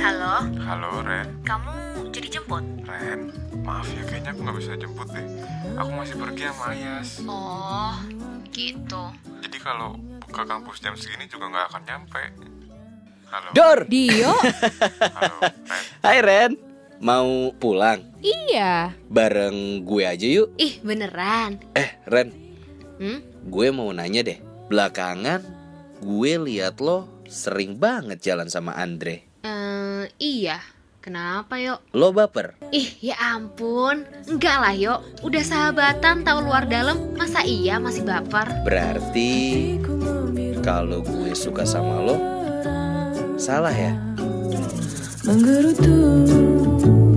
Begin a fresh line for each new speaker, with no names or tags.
Halo,
Halo Ren,
kamu jadi jemput?
Ren, maaf ya kayaknya aku nggak bisa jemput deh. Aku masih pergi sama Ayas.
Oh, gitu.
Jadi kalau ke kampus jam segini juga nggak akan nyampe. Halo,
Dor.
Dio?
halo, Ren.
Hai Ren. Mau pulang?
iya.
Bareng gue aja yuk.
Ih, beneran.
Eh, Ren,
Hmm?
gue mau nanya deh. Belakangan gue liat lo sering banget jalan sama Andre.
Eh, iya. Kenapa, yuk?
Lo baper?
Ih, ya ampun. Enggak lah, yuk. Udah sahabatan tahu luar dalam, masa iya masih baper?
Berarti kalau gue suka sama lo, salah ya?
menggerutu